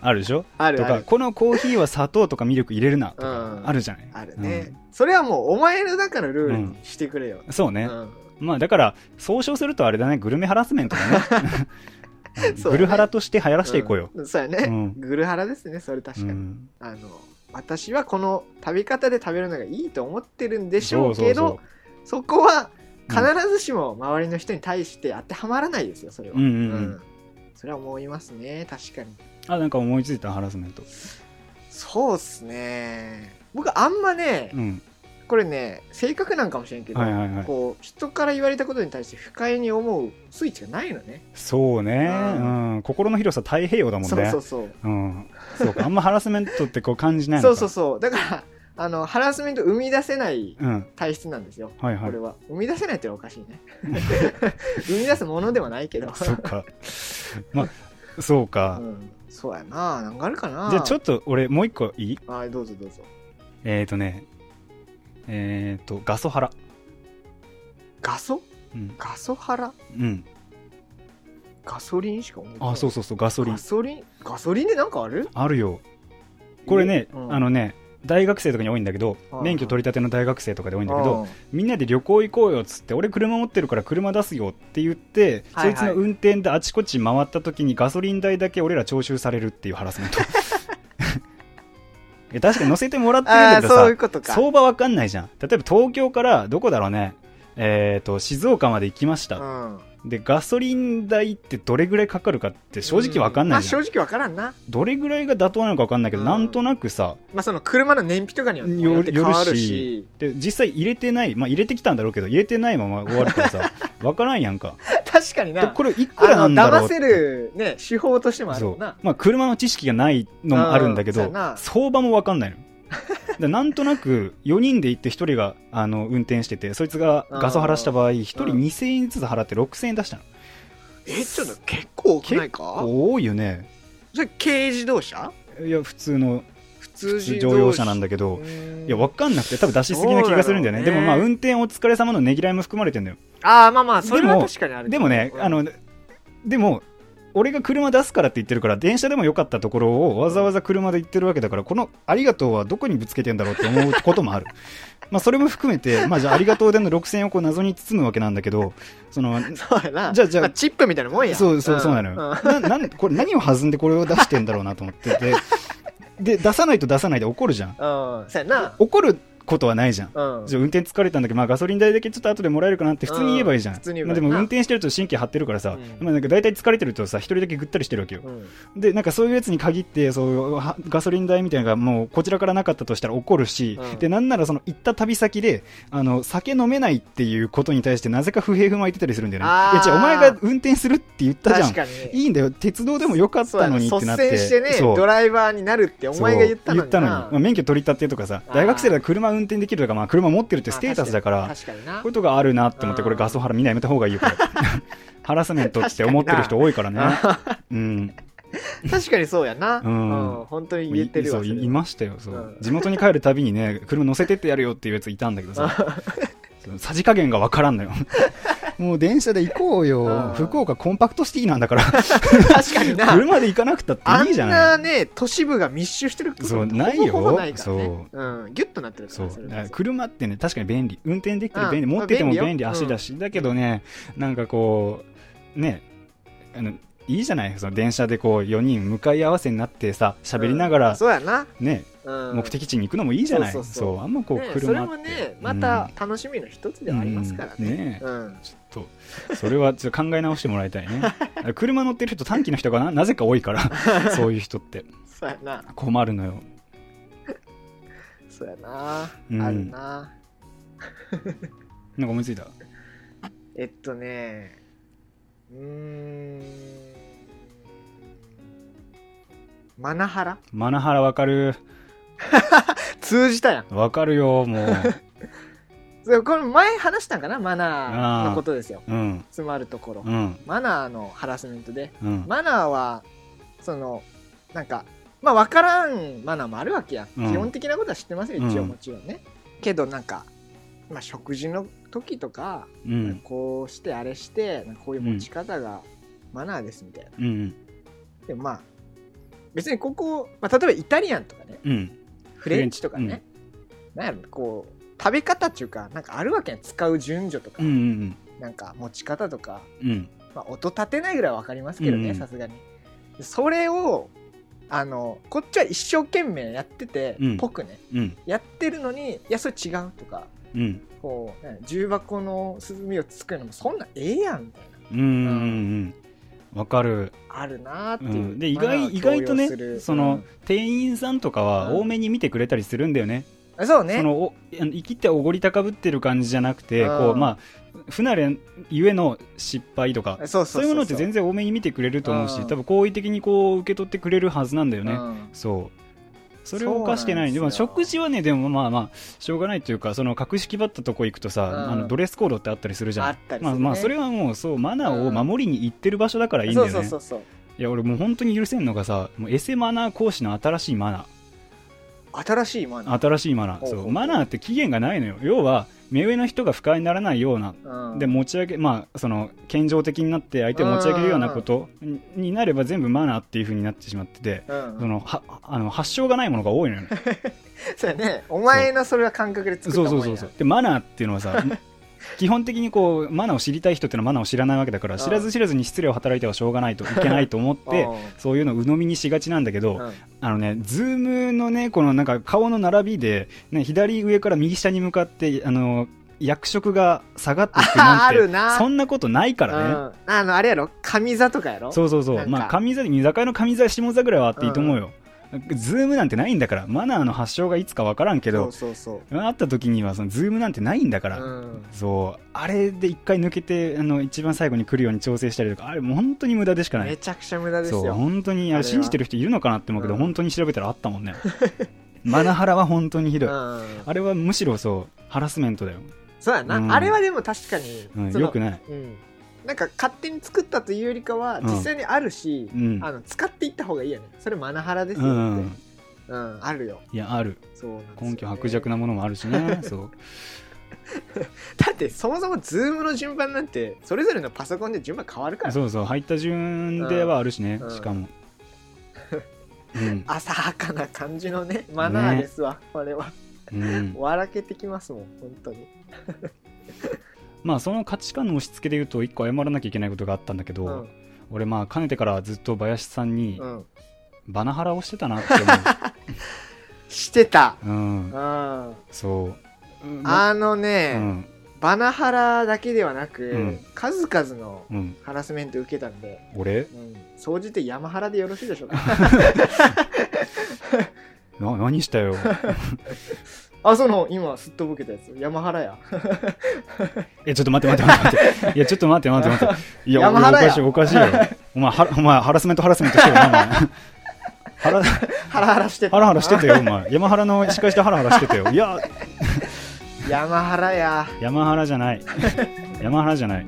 Speaker 2: あるでしょ
Speaker 1: あ
Speaker 2: と
Speaker 1: るあ
Speaker 2: か
Speaker 1: る。
Speaker 2: このコーヒーは砂糖とかミルク入れるなと
Speaker 1: う
Speaker 2: か、
Speaker 1: ん
Speaker 2: あるじゃない
Speaker 1: あるね、それはもう、お前の中のルールにしてくれよ。
Speaker 2: うんそう
Speaker 1: う
Speaker 2: ね、
Speaker 1: ん
Speaker 2: まあだから総称するとあれだねグルメハラスメントだねう ん
Speaker 1: そうね
Speaker 2: グルハラとして流行らしていこうよ、
Speaker 1: うんそうやね、
Speaker 2: うん
Speaker 1: グルハラですねそれ確
Speaker 2: う
Speaker 1: かに、
Speaker 2: ん
Speaker 1: あの私はこの食べ方で食べるのがいいと思ってるんでしょう
Speaker 2: そうそう
Speaker 1: けどそ
Speaker 2: そ
Speaker 1: こは必ずしも周りの人に対して当てはまらないですよそれは、
Speaker 2: う。うんうんう。
Speaker 1: うんんそれは思いますね確かに
Speaker 2: あ、なんか思いついたハラスメント。
Speaker 1: そうっすね僕あんまね、
Speaker 2: うん。
Speaker 1: これね性格なんかもしれんけど、
Speaker 2: はいはいはい。
Speaker 1: こう人から言われたことに対して不快に思うスイッチがないのね
Speaker 2: そうね。
Speaker 1: うん
Speaker 2: うん。心の広さ太平洋だもんね。
Speaker 1: そうそうそう
Speaker 2: うん。そうか。あんまハラスメントってこう感じないの
Speaker 1: そ
Speaker 2: か。
Speaker 1: うそうそうだからあのハラスメントを生み出せない
Speaker 2: うん。
Speaker 1: 体質なんですよ、
Speaker 2: はいは
Speaker 1: こ
Speaker 2: い
Speaker 1: れ。は生み出せないってのはおかしいね 生み出すものではないけど
Speaker 2: そうか。まあ、そう
Speaker 1: う
Speaker 2: か。
Speaker 1: ん、そうやななんかあるかな
Speaker 2: じゃあちょ
Speaker 1: っ
Speaker 2: っと俺もう一個いい
Speaker 1: とあどうぞどうぞ
Speaker 2: えっ、ー、とね。えっ、ー、と、ガソハラ。
Speaker 1: ガソ
Speaker 2: うん。
Speaker 1: ガソ腹
Speaker 2: うん。
Speaker 1: ガソリンしか思い浮かばない
Speaker 2: あ、そうそうそう、ガソリン
Speaker 1: ガ。ソリンガソリンでなんかある
Speaker 2: あるよ。これね、
Speaker 1: うん
Speaker 2: あのね、大学生とかに多いんだけど、
Speaker 1: はい
Speaker 2: 免許取り立ての大学生とかで多いんだけど、
Speaker 1: うん
Speaker 2: みんなで旅行行こうよっつって俺車持ってるから車出すよって言って、
Speaker 1: はいはい
Speaker 2: そいつの運転であちこち回った時にガソリン代だけ俺ら徴収されるっていうハラスメント いや確かに乗せてもらってるん
Speaker 1: あ
Speaker 2: だ
Speaker 1: あ
Speaker 2: け
Speaker 1: そういう
Speaker 2: ど
Speaker 1: こと
Speaker 2: さ
Speaker 1: か
Speaker 2: 相場わかんないじゃん例えば東京からどこだろうねえー、と静岡まで行きました、
Speaker 1: ん、
Speaker 2: でガソリン代ってどれぐらいかかるかって正直わかんないじゃん、
Speaker 1: まあ、正直わからんな
Speaker 2: どれぐらいが妥当なのかわかんないけど、
Speaker 1: うん
Speaker 2: なんとなくさ
Speaker 1: まあその車の燃費とかによって変わるし
Speaker 2: で実際入れてない、まあ、入れてきたんだろうけど入れてないまま終わるか らさわからんやんか
Speaker 1: 確かに
Speaker 2: で
Speaker 1: な
Speaker 2: これいくらな
Speaker 1: あ
Speaker 2: ん
Speaker 1: の
Speaker 2: だろ
Speaker 1: 騙
Speaker 2: うって
Speaker 1: せるね手法としてもある
Speaker 2: そ
Speaker 1: もん
Speaker 2: う
Speaker 1: な
Speaker 2: まあ、車の知識がないのもあるんだけ
Speaker 1: うん
Speaker 2: ど
Speaker 1: そうやな
Speaker 2: 相場も分かんない のでなんとなく4人で行って1人があの運転しててそいつがガソ払した場合1人
Speaker 1: うん
Speaker 2: 2000円ずつ払って6000円出したの
Speaker 1: えちょっと結構多くないか
Speaker 2: 多いよね
Speaker 1: それ軽自動車
Speaker 2: いや普通の
Speaker 1: 普通自動車
Speaker 2: 乗用車なんだけ
Speaker 1: け
Speaker 2: どいや
Speaker 1: わ
Speaker 2: 分かんなくて多分出しすぎな気がするんだよね
Speaker 1: ど
Speaker 2: で
Speaker 1: うだろうね
Speaker 2: もまあ運転お疲れ様のねぎらいも含まれてんだよ
Speaker 1: ああまあまあそれ
Speaker 2: で
Speaker 1: は
Speaker 2: も
Speaker 1: 確かにある
Speaker 2: でもね、あの、でも、俺が車出すからって言ってるから、電車でもよかったところをわざわざ車で行ってるわけだから、このありがとうはどこにぶつけてんだろうって思うことも ある。まあ、それも含めて、まあ、じゃあ、ありがとうでの6000円をこう謎に包むわけなんだけど、その、
Speaker 1: そうやな
Speaker 2: じゃあじゃあ
Speaker 1: まチップみたいなもんや
Speaker 2: そうそうそうなのよ。
Speaker 1: んうん
Speaker 2: ななんこれ何を弾んでこれを出してんだろうなと思ってて、で、出さないと出さないで怒るじゃん。
Speaker 1: うんそうやな
Speaker 2: 怒ることはないじゃん。
Speaker 1: うん
Speaker 2: じゃあ運転疲れたんだけど、まあ、ガソリン代だけちょっと後でもらえるかなって普通に言えばいいじゃん、
Speaker 1: うん普通に言えば
Speaker 2: まあ、
Speaker 1: い
Speaker 2: で
Speaker 1: い
Speaker 2: も
Speaker 1: な
Speaker 2: 運転してると神経張ってるからさ、
Speaker 1: うん
Speaker 2: まあ、なんか大体疲れてるとさ一人だけぐったりしてるわけよ、
Speaker 1: うん
Speaker 2: でなんかそういうやつに限ってそうはガソリン代みたいなのがもうこちらからなかったとしたら怒るし、
Speaker 1: うん
Speaker 2: でなんならその行った旅先であの酒飲めないっていうことに対してなぜか不平不満言ってたりするんだよね
Speaker 1: あー
Speaker 2: いや違うお前が運転するって言ったじゃ
Speaker 1: 確
Speaker 2: ん
Speaker 1: かに
Speaker 2: いいんだよ鉄道でもよかったのにってなっ
Speaker 1: そ
Speaker 2: て
Speaker 1: うや率先してね
Speaker 2: そう
Speaker 1: ドライバーになるってお前が言ったのにな
Speaker 2: そう言ったのにまあ、免許取り立てとかさ
Speaker 1: あー
Speaker 2: 大学生だから車運転できるとか、まあ、車持ってるってステータスだから
Speaker 1: あ確かに確か
Speaker 2: こ
Speaker 1: に
Speaker 2: ういうことがあるなって思って、これ
Speaker 1: うん
Speaker 2: ガソハラみんなやめた方がいいよ、これ。ハラスメントって思ってる人多いからね。うん。
Speaker 1: な確かにそうやな
Speaker 2: う
Speaker 1: うんん本当に言ってる
Speaker 2: そ
Speaker 1: わ
Speaker 2: う
Speaker 1: それ
Speaker 2: いいましたよ。そう
Speaker 1: うん
Speaker 2: 地元に帰るたびにね、車乗せてってやるよっていうやついたんだけ どさ、そのさじ加減がわからんのよ。もう電車で行こう
Speaker 1: う
Speaker 2: よ
Speaker 1: ん。
Speaker 2: 福岡コンパクトシティなんだから、
Speaker 1: 確かにな
Speaker 2: 車で行かなくたっていいじゃ
Speaker 1: あ
Speaker 2: なんい。
Speaker 1: なね都市部が密集してること
Speaker 2: そうないよ
Speaker 1: ほぼほぼないからね、
Speaker 2: そう
Speaker 1: ん、ギュッとなってるか
Speaker 2: そ
Speaker 1: ら
Speaker 2: う
Speaker 1: それ
Speaker 2: だ
Speaker 1: こ
Speaker 2: から
Speaker 1: そ
Speaker 2: 車ってね確かに便利運転できたら便利
Speaker 1: うん
Speaker 2: 持ってても
Speaker 1: まあ便利
Speaker 2: 便利
Speaker 1: よ
Speaker 2: 足だしだけどねなんかこうねあのいいじゃないその電車でこう4人向かい合わせになってさ喋りなが
Speaker 1: うん
Speaker 2: ら
Speaker 1: そうやな、
Speaker 2: ね
Speaker 1: うん、
Speaker 2: 目的地に行くのもいいじゃない
Speaker 1: そ
Speaker 2: そう
Speaker 1: そうそう
Speaker 2: うあんまこう
Speaker 1: ねそれ
Speaker 2: 車
Speaker 1: も
Speaker 2: って
Speaker 1: ねまた楽しみの一つではありますから
Speaker 2: うん
Speaker 1: ね,、
Speaker 2: ね
Speaker 1: うん
Speaker 2: ちょっとそれはちょっと考え直してもらいたいね だから車乗ってる人短期の人がななぜか多いからそういう人って
Speaker 1: そうやな
Speaker 2: 困るのよ
Speaker 1: そうやな、
Speaker 2: うん
Speaker 1: あるな
Speaker 2: なんか思いついた
Speaker 1: えっとねうーんマナハラ
Speaker 2: マナハラわかる
Speaker 1: 通じたやん
Speaker 2: わかるよもう
Speaker 1: それこれ前話したんかなマナーのことですよ
Speaker 2: うん
Speaker 1: 詰まるところ、
Speaker 2: うん
Speaker 1: マナーのハラスメントで
Speaker 2: うん
Speaker 1: マナーはそのなんかまあ分からんマナーもあるわけや、
Speaker 2: うん
Speaker 1: ん、基本的なことは知ってますよ一
Speaker 2: う
Speaker 1: 応
Speaker 2: ん
Speaker 1: もちろんね、けどなんか、まあ、食事の時とか、
Speaker 2: うん
Speaker 1: こうしてあれしてなんかこういう持ち方がマナーですみたいな、
Speaker 2: うん
Speaker 1: でもまあ別にここ、まあ、例えばイタリアンとかね
Speaker 2: うん
Speaker 1: フレンチとかね、なんやろこう食べ方っていうかなんかあるわけやん使う順序とか、
Speaker 2: うんうん
Speaker 1: なんか持ち方とか
Speaker 2: うん
Speaker 1: まあ、音立てないぐらいは分かりますけど
Speaker 2: うんう
Speaker 1: ね
Speaker 2: ん
Speaker 1: さすがにそれをあのこっちは一生懸命やってて、
Speaker 2: うん
Speaker 1: ぽくね
Speaker 2: うん
Speaker 1: やってるのにいやそれ違うとか
Speaker 2: うん
Speaker 1: こうね重箱の炭を作るのもそんなええやんみたいな
Speaker 2: うんうんうんわかる、
Speaker 1: あるなーって
Speaker 2: う
Speaker 1: いう、
Speaker 2: ん、で意
Speaker 1: マナー
Speaker 2: 外
Speaker 1: を
Speaker 2: 意外と
Speaker 1: 強要する
Speaker 2: ねその、、店員さんとかは
Speaker 1: うん
Speaker 2: 多めに見てくれたりするんだよね、
Speaker 1: うんそうね
Speaker 2: そのおあの生きておごり高ぶってる感じじゃなくて、
Speaker 1: うん
Speaker 2: こうまあ不慣れゆえの失敗とか
Speaker 1: そうそ
Speaker 2: そ
Speaker 1: そ
Speaker 2: う
Speaker 1: う
Speaker 2: ういうものって全然多めに見てくれると思うし、
Speaker 1: うん
Speaker 2: 多分好意的にこう受け取ってくれるはずなんだよね、
Speaker 1: うん
Speaker 2: そうそれを犯してない
Speaker 1: そう
Speaker 2: で
Speaker 1: なん
Speaker 2: も
Speaker 1: ですよ
Speaker 2: 食事はねでもまあまあしょうがないというかその格式ばったとこ行くとさ、
Speaker 1: うん
Speaker 2: あのドレスコードってあったりするじゃん
Speaker 1: あったりするね
Speaker 2: まあまあそれはもうそうマナーを守りに行ってる場所だからいいんだよね、
Speaker 1: そうそうそう
Speaker 2: いや俺もう本当に許せんのがさもうエセマナー講師の新しいマナ
Speaker 1: そう新しいマナ
Speaker 2: ー新しいマナ
Speaker 1: ほ
Speaker 2: ー
Speaker 1: う
Speaker 2: そ
Speaker 1: ほう
Speaker 2: うマナーって期限がないのよ要は目上の人が不快にならないような
Speaker 1: ー、うん
Speaker 2: で持ち上げまあその健常的になって相手を持ち上げるようなことにになれば全部マナーっていう風になってしまってて
Speaker 1: うん
Speaker 2: そのはあの発祥がないものが多いのよね
Speaker 1: そうやねお前のそれは感覚で作った
Speaker 2: そう
Speaker 1: もん
Speaker 2: そ
Speaker 1: や
Speaker 2: うそうそうでマナーっていうのは さ基本的にこうマナーを知りたい人っていうのはマナーを知らないわけだから
Speaker 1: うん
Speaker 2: 知らず知らずに失礼を働いてはしょうがないといけないと思ってそういうのを鵜呑みにしがちなんだけど、
Speaker 1: うんうん
Speaker 2: あのね、ズームのね、このなんか顔の並びで、ね、左上から右下に向かって、あの、役職が下がっていくなんて、
Speaker 1: あるな
Speaker 2: そんなことないからね。
Speaker 1: うんあのあれやろ上座とかやろ
Speaker 2: そうそうそ
Speaker 1: なん
Speaker 2: う。
Speaker 1: か
Speaker 2: まあ、上座、居酒屋の上座、下座ぐらいはあっていいと思うよ。ズームなんてないんだから、マナーの発祥がいつかわからんけ
Speaker 1: そ
Speaker 2: ど
Speaker 1: う、そうそう
Speaker 2: あった時には、その、ズームなんてないんだから、
Speaker 1: うん
Speaker 2: そう、あれで一回抜けて、あの、一番最後に来るように調整したりとか、あれ、もう本当に無駄でしかない
Speaker 1: め。ちゃくちゃ無駄です
Speaker 2: そう
Speaker 1: よ
Speaker 2: 本当に
Speaker 1: あれ
Speaker 2: あ
Speaker 1: は
Speaker 2: れ信じてる人いるのかなって思うけど、
Speaker 1: うん
Speaker 2: 本当に調べたらあったもんね マナハラは本当にひどい、
Speaker 1: うん
Speaker 2: あれはむしろそうハラスメントだよ、
Speaker 1: そうやな、
Speaker 2: うん
Speaker 1: あれはでも確かに、
Speaker 2: うん、
Speaker 1: その
Speaker 2: よくない、
Speaker 1: うんなんか勝手に作ったというよりかは
Speaker 2: うん
Speaker 1: 実際にあるし、
Speaker 2: うん
Speaker 1: あの使っていった方がいいよねそれマナハラです
Speaker 2: う
Speaker 1: よって、うん
Speaker 2: ん、
Speaker 1: あるよ
Speaker 2: いやある
Speaker 1: そうなんですよね
Speaker 2: 根拠薄弱なものもあるしねそう
Speaker 1: だってそもそもズームの順番なんてそれぞれのパソコンで順番変わるから
Speaker 2: そうそう入った順ではあるしね、
Speaker 1: うん
Speaker 2: し かも、うん
Speaker 1: 浅はかな感じのねマナーですわ、これは
Speaker 2: うん、
Speaker 1: 笑けてきますもん本当に
Speaker 2: まあその価値観の押し付けで言うと一個謝らなきゃいけないことがあったんだけど、
Speaker 1: うん
Speaker 2: 俺まあかねてからずっと林さんに
Speaker 1: うん
Speaker 2: バナハラをしてたなって
Speaker 1: してた
Speaker 2: 思う、う
Speaker 1: うん
Speaker 2: ん、そう、うん
Speaker 1: あの
Speaker 2: う
Speaker 1: ね、
Speaker 2: ん
Speaker 1: バナハラだけではなく、
Speaker 2: うん
Speaker 1: 数々の
Speaker 2: うん、
Speaker 1: ハラスメント受けたんで、
Speaker 2: 俺
Speaker 1: うん、総じて山原でよろしいでしょうか
Speaker 2: な何したよ
Speaker 1: あその今すっとぼけたやつ山原や
Speaker 2: えちょっと待って待って待って待っていやちょっと待って待って待っていや
Speaker 1: 山
Speaker 2: お
Speaker 1: 原
Speaker 2: か
Speaker 1: や
Speaker 2: しいおかしいよお前はお前ハラスメントハラスメントしてるよお前ハラ
Speaker 1: ハラハラしてた
Speaker 2: ハラハラしてたよお前山原の司会してハラハラしてたよいや
Speaker 1: 山原や
Speaker 2: 山原じゃない山原じゃない